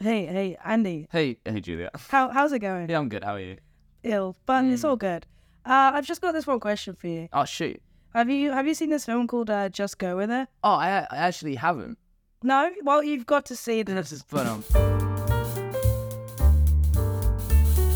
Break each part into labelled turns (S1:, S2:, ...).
S1: Hey, hey, Andy,
S2: Hey, hey, Julia.
S1: how how's it going?
S2: Yeah, Mm. I'm good. How are you?
S1: Ill, but it's all good. Uh, I've just got this one question for you.
S2: Oh shoot.
S1: Have you have you seen this film called uh, Just Go With It?
S2: Oh, I, I actually haven't.
S1: No. Well, you've got to see it.
S2: This is fun. um.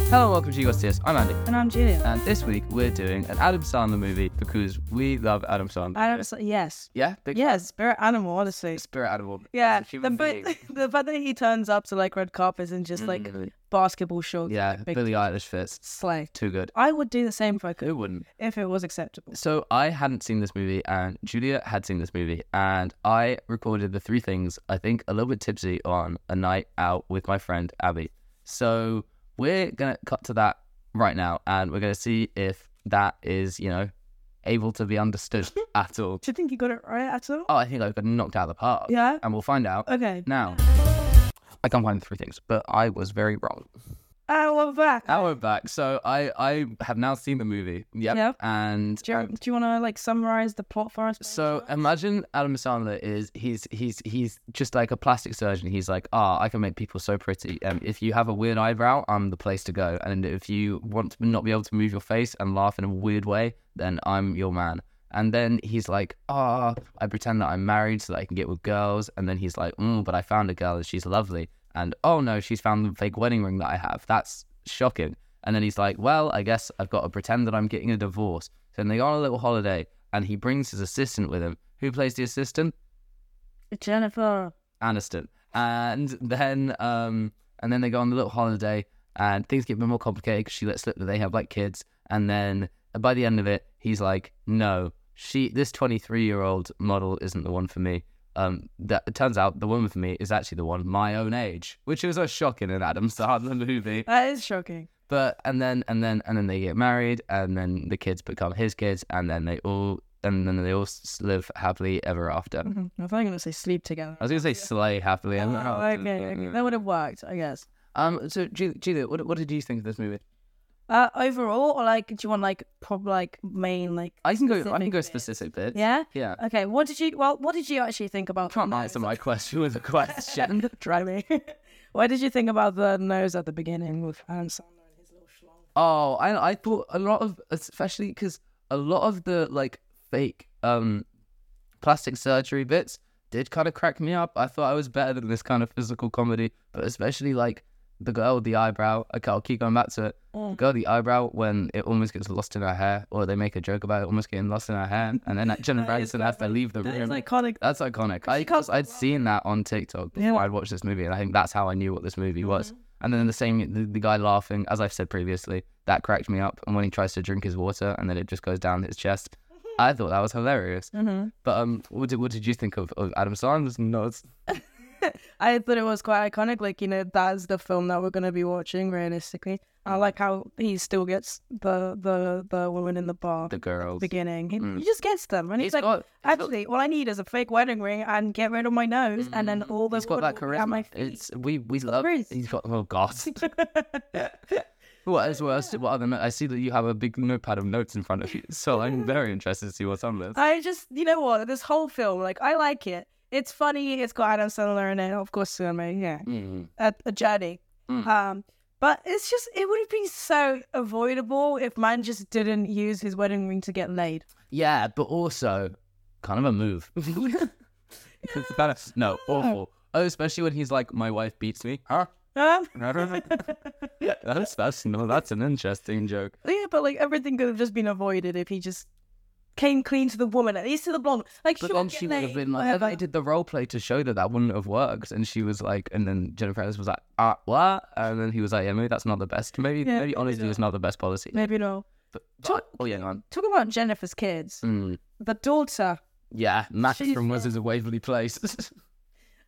S2: Hello, and welcome to You Got This. I'm Andy,
S1: And I'm Julia.
S2: and this week we're doing an Adam Sandler movie because we love Adam Sandler.
S1: Adam. Sa- Yes.
S2: Yeah, big
S1: Yes. Spirit animal. Honestly.
S2: spirit animal.
S1: Yeah.
S2: It's a human
S1: the, but,
S2: being. Mm.
S1: the fact that he turns up to like red carpets and just like basketball shorts.
S2: yeah,
S1: Big
S2: Billy Eilish fits.
S1: slay.
S2: Too good.
S1: I would do the same if I could,
S2: Who wouldn't?
S1: if it was acceptable.
S2: So I hadn't seen this movie, and Julia had seen this movie, and I recorded the three things I think a little bit tipsy on a night out with my friend Abby. So we're gonna cut to that right now, and we're gonna see if that is you know able to be understood at all.
S1: Do you think you got it right at all?
S2: Oh, Mm. I think I got knocked out of the park.
S1: Yeah.
S2: and we'll find out
S1: Okay.
S2: now. I can't find the three things, but I was very wrong.
S1: Uh, well, back.
S2: Now we're back. So I I have now seen the movie. Yep.
S1: Yep.
S2: And
S1: Do you, do you want to like summarize the plot for us? by any
S2: So
S1: chance?
S2: imagine Adam Sandler is he's he's he's just like a plastic surgeon. He's like, ah, I can make people so pretty. Um, if you have a weird eyebrow, I'm the place to go. And if you want to not be able to move your face and laugh in a weird way, then I'm your man. And then he's like, ah, I pretend that I'm married so that I can get with girls. And then he's like, mm, but I found a girl and she's lovely. And oh no, she's found the fake wedding ring that I have. That's shocking. And then he's like, well, I guess I've got to pretend that I'm getting a divorce. So then they go on a little holiday and he brings his assistant with him. Who plays the assistant?
S1: Jennifer.
S2: Aniston. And then um and then they go on the little holiday and things get a bit more complicated because she lets slip that they have like kids. And then uh, by the end of it, he's like, no, she this 23 year old model isn't the one for me. Um, that it turns out the woman for me is actually the one my own age, which was a shock in an Adam Sandler movie.
S1: That is shocking.
S2: But and then and then and then they get married, and then the kids become his kids, and then they all and then they all s- live happily ever after.
S1: I thought you were going to say sleep together.
S2: I was gonna say slay happily ever
S1: Mm-hmm. Oh,
S2: after.
S1: okay,
S2: but,
S1: okay.
S2: yeah.
S1: That would have worked, I guess.
S2: Um. So, Ju- Julia, what what did you think of this movie?
S1: Uh, overall, or like, do you want like prob like main like?
S2: I can go. I
S1: specific
S2: can go
S1: bits?
S2: specific bits.
S1: Yeah.
S2: Yeah.
S1: Okay. What did you? Well, what did you actually think about?
S2: Can't answer my question with a question.
S1: Try me. what did you think about the nose at the beginning with Adam Sandler and his little schlong?
S2: Oh, I I thought a lot of especially because a lot of the like fake um plastic surgery bits did kind of crack me up. I thought I was better than this kind of physical comedy, but especially like the girl with the eyebrow. Okay, I'll keep going back to it.
S1: Mm.
S2: Girl with the eyebrow when it almost gets lost in her hair, or they make a joke about it almost getting lost in her hair, and then that Jenna
S1: That is
S2: Aniston has to leave the
S1: That
S2: room.
S1: is iconic.
S2: That's iconic. I,
S1: she can't-
S2: because I'd seen that on TikTok before
S1: Yeah. Mm-hmm.
S2: I'd watched this movie, and I think that's how I knew what this movie was. And then the same, the, the guy laughing, as I've said previously, that cracked me up. And when he tries to drink his water, and then it just goes down his chest, I thought that was hilarious.
S1: Mhm.
S2: But um, what did, what did you think of, of Adam Sandler's nods?
S1: I thought it was quite iconic. Like you know, that is the film that we're going to be watching realistically.
S2: Mm-hmm.
S1: I like how he still gets the the the woman in the bar.
S2: The girls.
S1: beginning. He, he just gets them, and he's,
S2: Mm. He's
S1: like,
S2: got- he's got-
S1: actually, all I need is a fake wedding ring and get rid of my nose, and then all the
S2: Mm. He's got that
S1: wood will be at my
S2: charisma.
S1: feet.
S2: It's we we love.
S1: charisma.
S2: He's got oh god. what else? What else? What other? no- I see that you have a big notepad of notes in front of you, so I'm very interested to see what's on this.
S1: I just, you know what? This whole film, like, I like it. It's funny. It's got Adam Sandler in it, of course. I mean, yeah,
S2: Mm.
S1: a, a journey.
S2: Mm.
S1: Um, but it's just, it would have been so avoidable if man just didn't use his wedding ring to get laid.
S2: Yeah, but also kind of a move. It's kind of- no, awful. Oh, especially when he's like, "My wife beats me." Huh?
S1: Um,
S2: I don't know. yeah, that's that's no, that's an interesting joke.
S1: yeah, but like everything could have just been avoided if he just came clean to the woman, at least to the blonde. Like,
S2: But
S1: sure,
S2: then
S1: get
S2: she would have
S1: laid,
S2: been like,
S1: whatever.
S2: "They did the role play to show that that wouldn't have worked," and she was like, and then Jennifer Aniston was like, "Ah, what?" And then he was like, "Yeah, maybe that's not the best. Maybe
S1: Yeah,
S2: maybe
S1: maybe
S2: honestly, it's not the best policy."
S1: Maybe not.
S2: But, but- oh yeah, go on.
S1: Talk about Jennifer's kids.
S2: Mm,
S1: The daughter.
S2: yeah, Max
S1: She's,
S2: from Wizards of Waverly Place.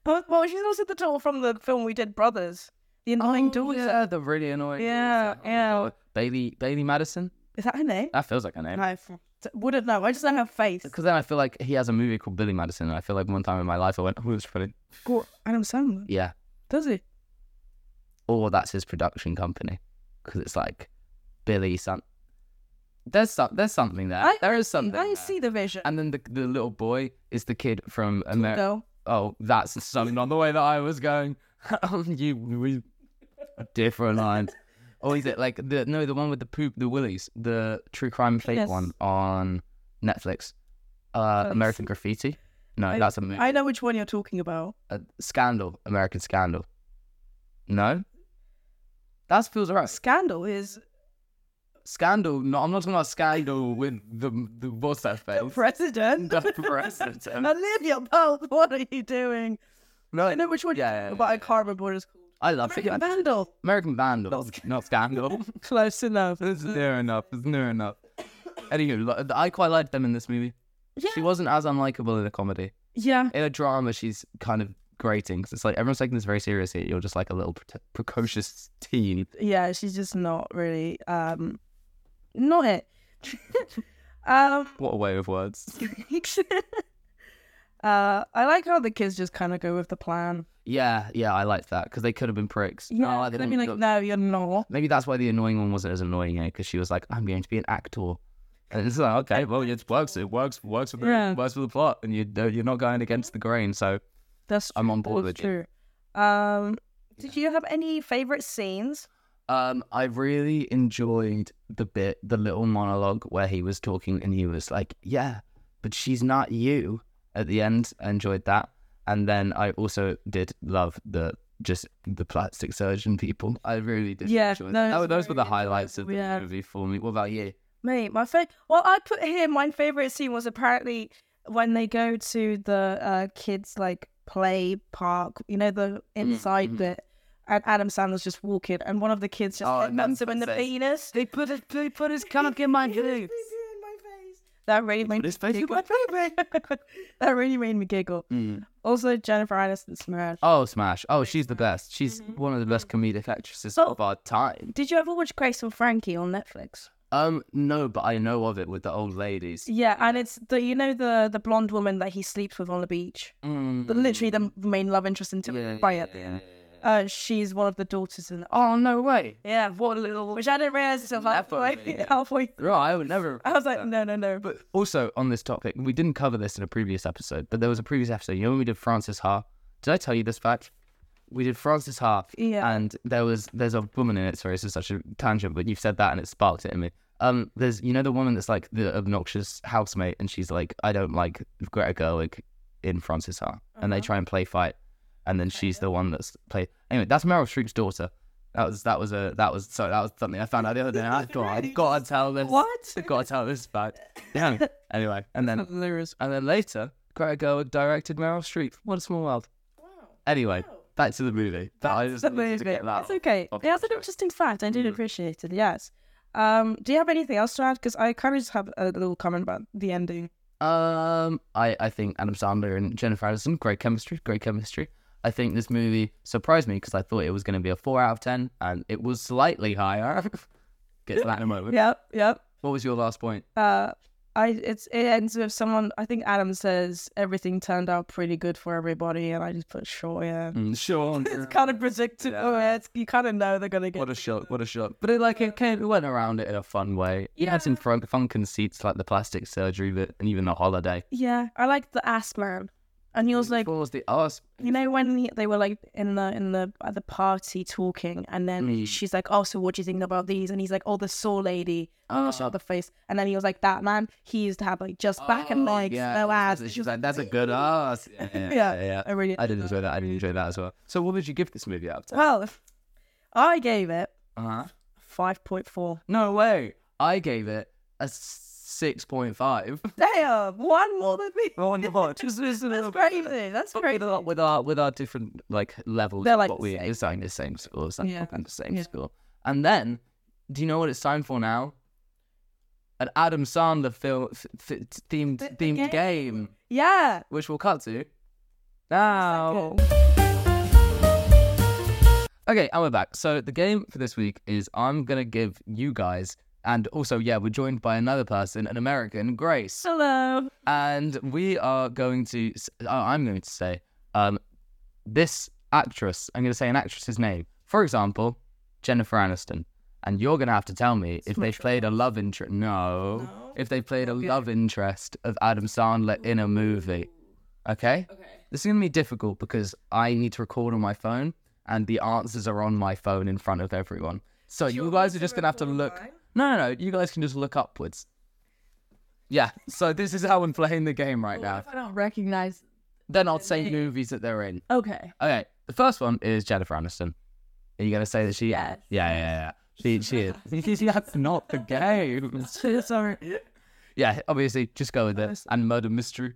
S1: Oh, Well, she's also the daughter from the film we did, Brothers. The annoying daughter.
S2: Oh, yeah, the really annoying.
S1: Oh, Yeah,
S2: daughter.
S1: yeah.
S2: Bailey Bailey Madison.
S1: Is that her name?
S2: That feels like her name.
S1: I wouldn't know. I just know her face.
S2: Because then I feel like he has a movie called Billy Madison, and I feel like one time in my life I went, "Oh, it's pretty."
S1: Go- Adam Sandler.
S2: Yeah,
S1: Does he?
S2: or that's his production company, because it's like Billy some. There's some. There's something there.
S1: I-
S2: there is something.
S1: I
S2: there.
S1: see the vision.
S2: And then the the little boy is the kid from America.
S1: No.
S2: Oh, that's something on the way that I was going. you we- different lines. Or is it like the no the one with the poop the willies the true crime fake
S1: Yes.
S2: one on Netflix? Uh,
S1: That's-
S2: American Graffiti. No,
S1: I-
S2: that's a movie.
S1: I know which one you're talking about.
S2: Uh, Scandal. American Scandal. No. That feels alright.
S1: Scandal is
S2: Scandal. No, I'm not talking about Scandal with the the what's that
S1: the
S2: face?
S1: president.
S2: The president.
S1: Olivia Pope, what are you doing?
S2: No,
S1: I know which one,
S2: Yeah, yeah, yeah,
S1: but I
S2: yeah.
S1: can't remember what it's called.
S2: I love it.
S1: American Vandal.
S2: American Vandal. Not Scandal.
S1: Close enough.
S2: It's near enough. It's near enough. Anywho, li- I quite liked them in this movie.
S1: Yeah.
S2: She wasn't as unlikable in a comedy.
S1: Yeah,
S2: In a drama, she's kind of grating. 'cause it's like everyone's taking this very seriously. You're just like a little pre- precocious teen.
S1: yeah, she's just not really, um, not it. um,
S2: What a way of words.
S1: uh, I like how the kids just kind of go with the plan.
S2: Oh, Yeah, yeah, I liked that because they could have been pricks.
S1: Yeah,
S2: No,
S1: I
S2: they
S1: mean,
S2: didn't
S1: like,
S2: look-
S1: no, you're not.
S2: Maybe that's why the annoying one wasn't as annoying because she was like, "I'm going to be an actor," and it's like, okay, well, it works. It works. Works for the
S1: Yeah.
S2: works for the plot, and you uh, you're not going against the grain. So
S1: That's
S2: I'm on
S1: true,
S2: board
S1: that's
S2: with
S1: true. Um, did you have any favorite scenes?
S2: Um, I really enjoyed the bit, the little monologue where he was talking and he was like, "Yeah, but she's not you." At the end, I enjoyed that, and then I also did love the just the plastic surgeon people. I really did.
S1: Yeah,
S2: enjoy
S1: no,
S2: that.
S1: it's
S2: That- those were the
S1: very
S2: highlights of the
S1: enjoyable, yeah.
S2: movie for me. What about you?
S1: Mate, my favorite. Well, I put here my favorite scene was apparently when they go to the uh, kids like play park. You know the inside
S2: mhm.
S1: bit, and Adam Sandler's just walking, and one of the kids just
S2: Oh,
S1: like,
S2: that's
S1: nuts him in the
S2: fantastic.
S1: penis.
S2: They put it. They put his cock in my face.
S1: That really made
S2: Put
S1: me
S2: his face in
S1: giggle.
S2: my face.
S1: that really made me giggle.
S2: Mm.
S1: Also, Jennifer Aniston smash.
S2: Oh, smash! Oh, she's the best. She's
S1: Mm-hmm.
S2: one of the best comedic actresses
S1: So-
S2: of our time.
S1: Did you ever watch Grace and Frankie on Netflix?
S2: Um, no, but I know of it with the old ladies.
S1: Yeah, and it's the you know the the blonde woman that he sleeps with on the beach.
S2: Mm.
S1: The, literally the main love interest in
S2: Yeah,
S1: Tim by at the end. Uh, she's one of the daughters in. Oh,
S2: Oh no way!
S1: yeah, what a little. Which I didn't realize until
S2: That
S1: halfway.
S2: fucking idiot.
S1: halfway.
S2: Right, I would never.
S1: I was like, no, no, no. But
S2: Also, on this topic, we didn't cover this in a previous episode, but there was a previous episode. You know when we did Francis Ha? Did I tell you this fact? We did Francis Ha,
S1: Yeah.
S2: and there was there's a woman in it. Sorry, this is such a tangent, but you've said that and it sparked it in me. Um, there's you know the woman that's like the obnoxious housemate, and she's like, I don't like Greta Gerwig in Francis Ha, and they
S1: Uh-huh.
S2: try and play fight, and then she's the one that's played. Anyway, that's Meryl Streep's daughter. That was that was a that was sorry that was something I found out the other day. and I thought I've got to tell this.
S1: What?
S2: I've got to tell this fact. Damn. Anyway, and then
S1: hilarious.
S2: and then later, Greta Gerwig directed Meryl Streep. What a small world.
S1: Wow.
S2: Anyway, back to the movie. That I just
S1: That's
S2: needed to
S1: amazing.
S2: get that
S1: It's okay.
S2: off
S1: Yeah, that's
S2: my
S1: an
S2: chest.
S1: interesting fact. I did
S2: Mm-hmm.
S1: appreciate it. Yes. Um, do you have anything else to add? Because I kind of just have a little comment about the ending.
S2: Um, I, I think Adam Sandler and Jennifer Aniston, great chemistry, great chemistry. I think this movie surprised me because I thought it was going to be a four out of ten, and it was slightly higher. get to that in a moment.
S1: Yep. Yep.
S2: What was your last point?
S1: Uh, I it's it ends with someone. I think Adam says everything turned out pretty good for everybody, and I just put sure. Yeah.
S2: Mm, sure.
S1: It's kind of predictable.
S2: Yeah.
S1: It's, you kind of know they're gonna get.
S2: What a shock! What a shock! But it like it came, it went around it in a fun way. Yeah, had some fun, fun conceits like the plastic surgery bit, and even the holiday.
S1: Yeah, I liked the ass man, and he was like,
S2: what was the ass?
S1: you know, when he, they were like in the in the at the party talking, and then
S2: Mm.
S1: she's like, oh, so what do you think about these? And he's like, oh, the sore lady, oh, shut the face, and then he was like, that man, he used to have like just back and
S2: Oh,
S1: legs, no ass.
S2: She's like, that's a good ass. Yeah, yeah,
S1: Yeah,
S2: yeah, yeah.
S1: I really.
S2: I did enjoy that. I did enjoy that as well. So, what did you give this movie out? of
S1: Well, if- I gave it
S2: Uh-huh.
S1: five point four.
S2: No way. I gave it a six point five.
S1: Damn, one more than me.
S2: Oh no, just, just a
S1: That's
S2: little bit.
S1: crazy. That's
S2: But with
S1: crazy.
S2: our, with our with our different like levels,
S1: They're
S2: They're
S1: like
S2: like what
S1: the
S2: we
S1: same.
S2: it's like the same school, it's like
S1: Yeah.
S2: fucking the same
S1: Yeah.
S2: school. And then, do you know what it's time for now? An Adam Sandler film f- f- themed
S1: The- the
S2: themed
S1: game.
S2: game.
S1: Yeah.
S2: which we'll cut to now. Okay, and we're back. So the game for this week is I'm gonna give you guys, and also yeah, we're joined by another person, an American, Grace.
S1: Hello.
S2: and we are going to s- oh, i'm going to say um this actress i'm going to say an actress's name for example jennifer aniston and you're going to have to tell me if they played a love interest no,
S1: No?
S2: if they played a love interest of adam sandler Oh. in a movie okay
S1: Okay.
S2: this is going to be difficult because i need to record on my phone and the answers are on my phone in front of everyone. So you
S1: Sure,
S2: guys are
S1: is
S2: just
S1: there a
S2: gonna have to
S1: blue
S2: look.
S1: line?
S2: No, no, no. You guys can just look upwards. Yeah. So this is how I'm playing the game right now.
S3: oh, If I don't recognize.
S2: Then I'll say movies that they're in.
S3: Okay.
S2: Okay. The first one is Jennifer Aniston. Are you gonna say that she?
S3: Yes.
S2: Yeah, yeah, yeah. She, she is. That's not the game.
S3: Sorry.
S2: Yeah, obviously, just go with it. And murder mystery.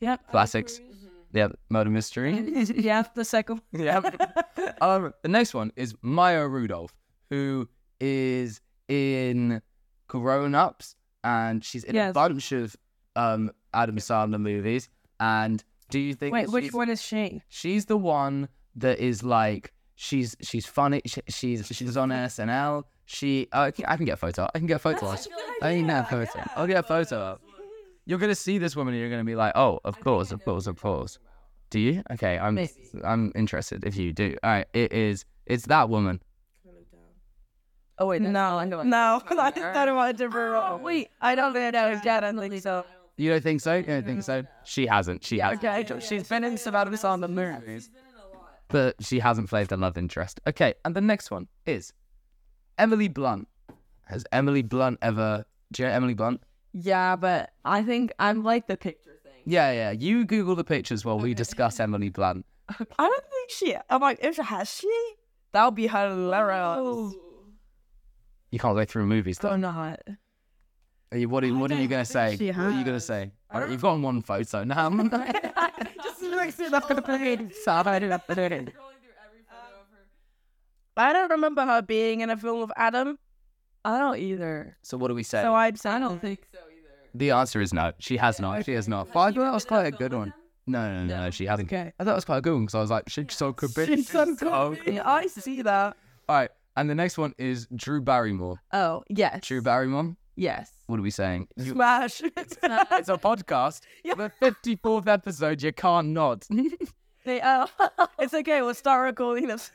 S3: Yep.
S2: Classics. Yeah, murder mystery.
S1: yeah, Mm-hmm. the second. one.
S2: yep. Um, the next one is Maya Rudolph, who is in Grown Ups, and she's in a
S1: Yes.
S2: bunch of um, Adam Sandler movies. And do you think
S1: Wait, which
S2: she's-
S1: one is she?
S2: She's the one that is like she's she's funny. She, she's she's on SNL. She uh, I can- I can get a photo. I can get a photo. up. I can get a photo. I'll get a photo up. You're gonna see this woman and you're gonna be like, oh, of course, of course, of course. Do you? Okay, I'm I'm interested if you do. All right, it is it's that woman.
S3: Oh wait. that's
S1: No,
S3: not the Oh. one.
S1: no, I thought about a different role.
S3: wait,
S1: I don't think I know. Yeah, I don't think so.
S2: You don't think so? You don't think so? She hasn't. She hasn't.
S1: Okay, I don't- she's been in some Adam Sandler movies.
S2: But she hasn't played the love interest. Okay, and the next one is Emily Blunt. Has Emily Blunt ever? Do you know Emily Blunt?
S3: Yeah, but I think I'm like the picture thing.
S2: Yeah, yeah. You Google the pictures while we discuss Emily Blunt.
S1: I don't think she. I'm like, if she has she, that would be hilarious.
S2: You can't go through movies. Though.
S1: Oh,
S3: So Oh, not.
S2: Are you- What are, what are you gonna say?
S3: she
S2: What are you gonna say? All right, you've got one photo now.
S1: I don't remember her being in a film with Adam,
S3: I don't either.
S2: so what do we say?
S1: so I'd say
S3: I don't think so either.
S2: the answer is no. She has not. She has not. But I thought that was quite a good one. No, no, no, no, She hasn't.
S3: Okay.
S2: I thought it was quite a good one because I was like, she's so good. bitch.
S1: She's so
S2: so
S1: good. I see that.
S2: All right, and the next one is Drew Barrymore.
S3: Oh yes.
S2: Drew Barrymore.
S3: Yes.
S2: What are we saying? You-
S1: Smash.
S2: it's a podcast. The fifty-fourth episode. You can't not.
S3: They oh
S1: it's okay. We'll start recording this.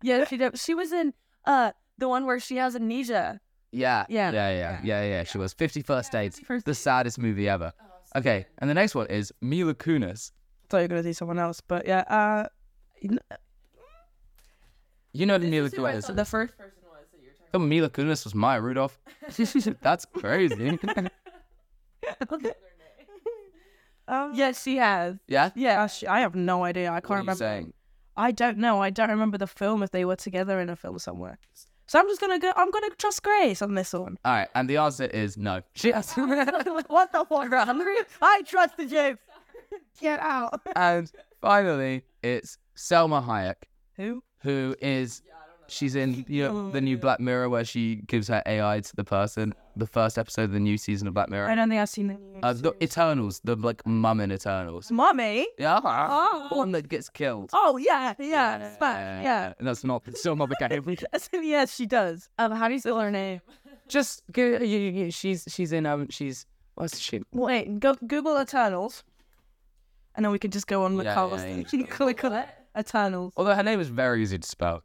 S3: yeah she did. She was in uh the one where she has amnesia.
S2: Yeah.
S3: Yeah.
S2: Yeah. Yeah. Yeah. Yeah. She was 51st Dates, Oh, the saddest movie ever. okay. And the next one is Mila Kunis.
S1: thought you were gonna do someone else, but yeah. Uh,
S2: You know Mila Kunis.
S3: The first.
S2: Oh, Mila Kunis was Maya Rudolph. That's crazy.
S1: um, yeah,
S3: Yes, she has.
S2: yeah.
S1: yeah. She, I have no idea. I can't
S2: What are you
S1: remember.
S2: saying?
S1: I don't know. I don't remember the film if they were together in a film somewhere. So I'm just gonna go. I'm gonna trust Grace on this one.
S2: All right. And the answer is no. She has.
S1: what the fuck? I trusted you. Get out.
S2: and finally, it's Selma Hayek,
S1: Who?
S2: who is. She's in you know, the new Black Mirror where she gives her AI to the person. The first episode of the new season of Black
S1: I
S2: Mirror.
S1: don't think I've seen the news.
S2: Uh, the Eternals, the like mum in Eternals.
S1: Mommy.
S2: Yeah.
S1: Oh.
S2: One that gets killed. Uh,
S1: Oh yeah, yeah, Smash. Yeah.
S2: And that's not still not the game.
S1: yes, she does.
S3: Um, how do you spell her name?
S2: Just go, you, you, she's she's in um she's what's she?
S1: Wait, go- Google Eternals, and then we can just go on with
S2: Yeah,
S1: yeah,
S2: yeah, yeah.
S1: Click on it. Eternals.
S2: Although her name is very easy to spell.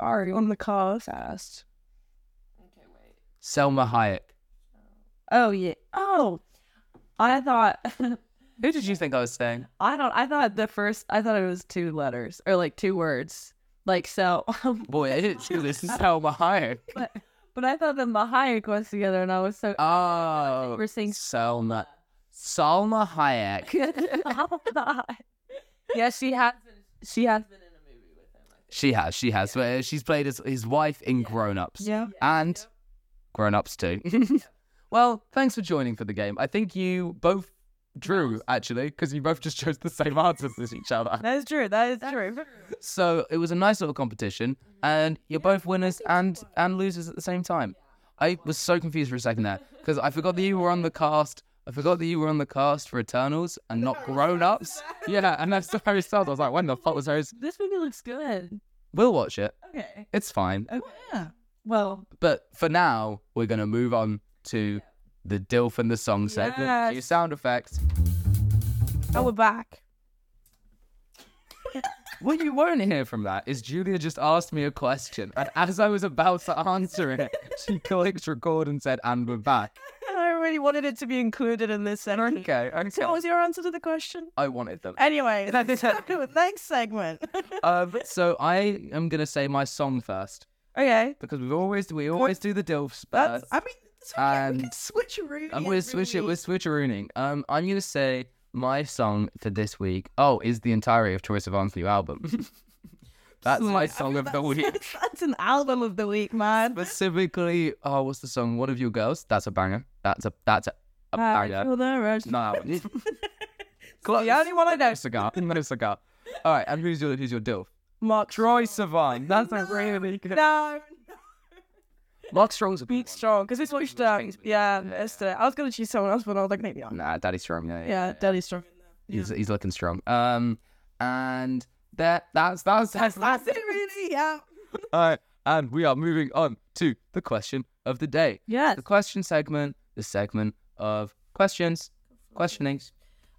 S1: Sorry, on the car fast.
S2: Selma Hayek.
S3: Oh yeah. Oh, I thought
S2: Who did you think I was saying?
S3: I don't. I thought the first. I thought it was two letters or like two words. Like so.
S2: Boy, I didn't do this. Selma Hayek.
S3: but, but I thought the Mahayek was together, and I was so.
S2: Oh,
S3: We're saying-
S2: Selma. Selma Hayek.
S3: yeah, she has. She has.
S2: She has, she has. But She's played his, his wife in Grown Ups.
S1: Yeah.
S2: and grown ups too. well, thanks for joining for the game. I think you both drew, actually, because you both just chose the same answers as each other.
S1: That is true. That is true.
S2: So it was a nice little competition, and you're both winners and, and losers at the same time. I was so confused for a second there because I forgot that you were on the cast. I forgot that you were on the cast for Eternals and not Grown Ups. Yeah, and that's so Harry Styles. I was like, when the fuck was Harry?
S3: This movie looks good.
S2: We'll watch it.
S3: Okay.
S2: It's fine.
S1: Yeah.
S3: Well,
S2: But for now, we're going to move on to the Dilf and the Song segment.
S1: Yes.
S2: Cue sound effects.
S3: oh,
S1: And we're back.
S2: What you won't hear from that is Julia just asked me a question. And as I was about to answer it, she clicked record and said, and we're back.
S1: Oh really wanted it to be included in this segment.
S2: okay,
S1: So what was your answer to the question?
S2: I wanted them.
S1: Anyway,
S2: That is-
S1: next segment.
S2: Um, so I am gonna say my song first
S1: okay,
S2: because we always we always do the Dilfs
S1: that's.
S2: first.
S1: I mean, it's okay. we can
S2: and-
S1: switch around.
S2: I'm gonna switch it. We're switcherooning. Um, I'm gonna say my song for this week. Oh, is the entirety of Choice of Arms' new album. That's my song of the week.
S1: That's an album of the week, man.
S2: Specifically, oh, what's the song? One of you girls. That's a banger. That's a that's a, a banger.
S1: Feel the rush.
S2: No,
S1: It's the only one I
S2: no
S1: know.
S2: cigar. No cigar. All right, and who's your who's your Dilf?
S1: Mark
S2: Troy Sivan. That's a really good.
S1: No,
S2: Mark Strong's a big
S1: beat strong because we switched um, Yeah, yesterday. I was gonna choose someone else, but I was like, maybe not.
S2: Nah, Daddy Strong. Yeah,
S1: Yeah, Daddy strong.
S2: He's he's looking strong. Um, and that that's that's that's that's it.
S1: really? Yeah.
S2: All right, and we are moving on to the question of the day.
S1: Yes.
S2: The question segment. The segment of questions, questionings.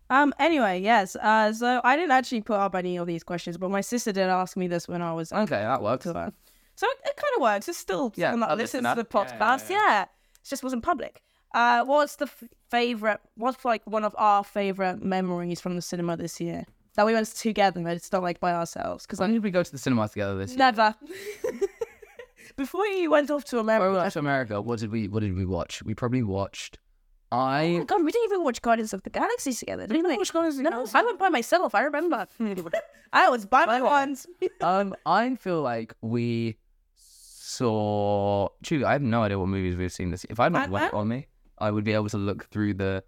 S1: Um. Anyway, yes. Uh. So I didn't actually put up any of these questions, but my sister did ask me this when I was
S2: Okay, that works.
S1: to her. So it, it kind of works. It's still
S2: Yeah,
S1: yeah, someone
S2: a
S1: that listens
S2: listener.
S1: to the
S2: Yeah, yeah,
S1: podcast. Yeah, it just wasn't public. Uh, what's the f- favorite? What's like one of our favorite memories from the cinema this year that we went together? but It's not like by ourselves because
S2: When
S1: I
S2: did we go to the cinema together this year?
S1: never. Before you went off to
S2: When we
S1: America,
S2: went to America, what did we what did we watch? We probably watched. I
S1: "Oh God, we didn't even watch Guardians of the Galaxy together, did we? No, I went by myself. I remember. I was by my ones. Oh
S2: um I feel like we saw. True, I have no idea what movies we've seen this. If I had not went
S1: Ant-Man?
S2: on me, I would be able to look through the.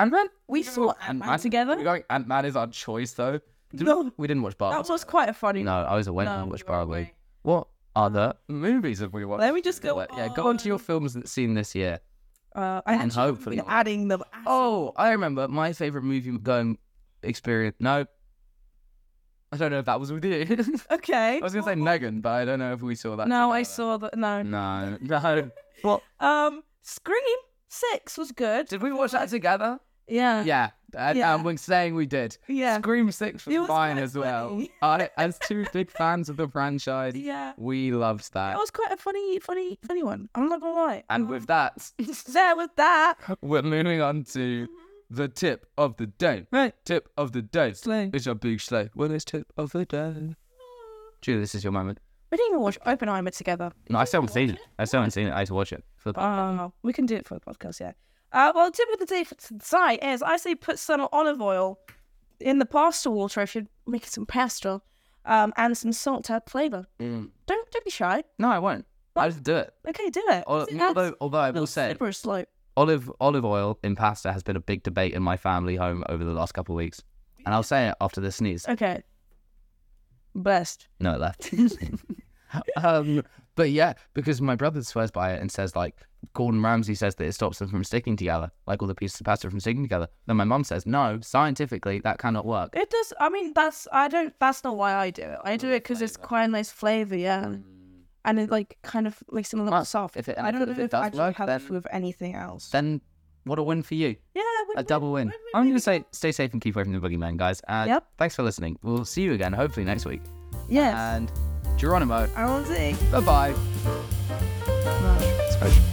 S2: And man,
S1: We saw Ant-Man together?
S2: We're going Ant Man is our choice though. Did-
S1: No.
S2: we didn't watch Barbie.
S1: That was quite a funny. uh,
S2: No, I was away
S1: No,
S2: when I
S1: you
S2: watched
S1: were
S2: Barbie.
S1: away.
S2: What other movies have we watched?
S1: Let me just go
S2: What- Yeah, go on to your films that seen this year.
S1: Uh, I
S2: And
S1: actually haven't
S2: hopefully-
S1: been adding them.
S2: Oh, I remember my favorite movie going experience. No, I don't know if that was with you.
S1: okay.
S2: I was gonna say Megan, but I don't know if we saw that.
S1: No, I
S2: together.
S1: saw that. No.
S2: No, no. What
S1: Um, Scream Six was good.
S2: did we watch that together?
S1: Yeah.
S2: Yeah, and,
S1: Uh, Yeah.
S2: and we're saying we did.
S1: Yeah.
S2: Scream Six was,
S1: It was
S2: mine
S1: quite
S2: as well.
S1: funny.
S2: I, as two big fans of the franchise,
S1: Yeah. Oh,
S2: we loved
S1: It
S2: that.
S1: was quite a funny, funny, funny one. I'm not gonna lie.
S2: And with that,
S1: there with that.
S2: we're moving on to the tip of the day.
S1: Mm-hmm. Right.
S2: Tip of the day.
S1: Slay. Mm.
S2: It's a big slay. Well, it's tip of the day. Julie, this is your moment.
S1: We didn't even watch Oppenheimer together.
S2: No, I still haven't seen it. I still haven't seen it. I had to watch it. For the...
S1: Oh, we can do it for the podcast, yeah. Uh, well, tip of the day for tonight is I say put some olive oil in the pasta water if you're making some pasta, um, and some salt to add flavour.
S2: Mm.
S1: Don't don't be shy.
S2: No, I won't. I just do it.
S1: Okay, do it.
S2: Al-
S1: It adds
S2: Although, although I will say,
S1: super slow.
S2: olive olive oil in pasta has been a big debate in my family home over the last couple of weeks. And I'll say it after the sneeze.
S1: Okay. Best.
S2: No, it left. um, but yeah, because my brother swears by it and says like Gordon Ramsay says that it stops them from sticking together, like all the pieces of pasta from sticking together. Then my mum says, no, scientifically that cannot work.
S1: It does. I mean, that's I don't. That's not why I do it. I do it because it's quite a nice flavor, yeah, and it like kind of makes them a little
S2: Well,
S1: soft.
S2: if it-
S1: I don't
S2: if
S1: know if,
S2: it
S1: it
S2: does
S1: actually
S2: work,
S1: helps
S2: then-
S1: with anything else.
S2: Then what a win for you.
S1: yeah,
S2: A double win. I'm going to say stay safe and keep away from the boogeyman, guys. And
S1: Yep.
S2: thanks for listening. We'll see you again, hopefully next week.
S1: Yes,
S2: And Geronimo,
S1: I want to.
S2: bye-bye. Smash.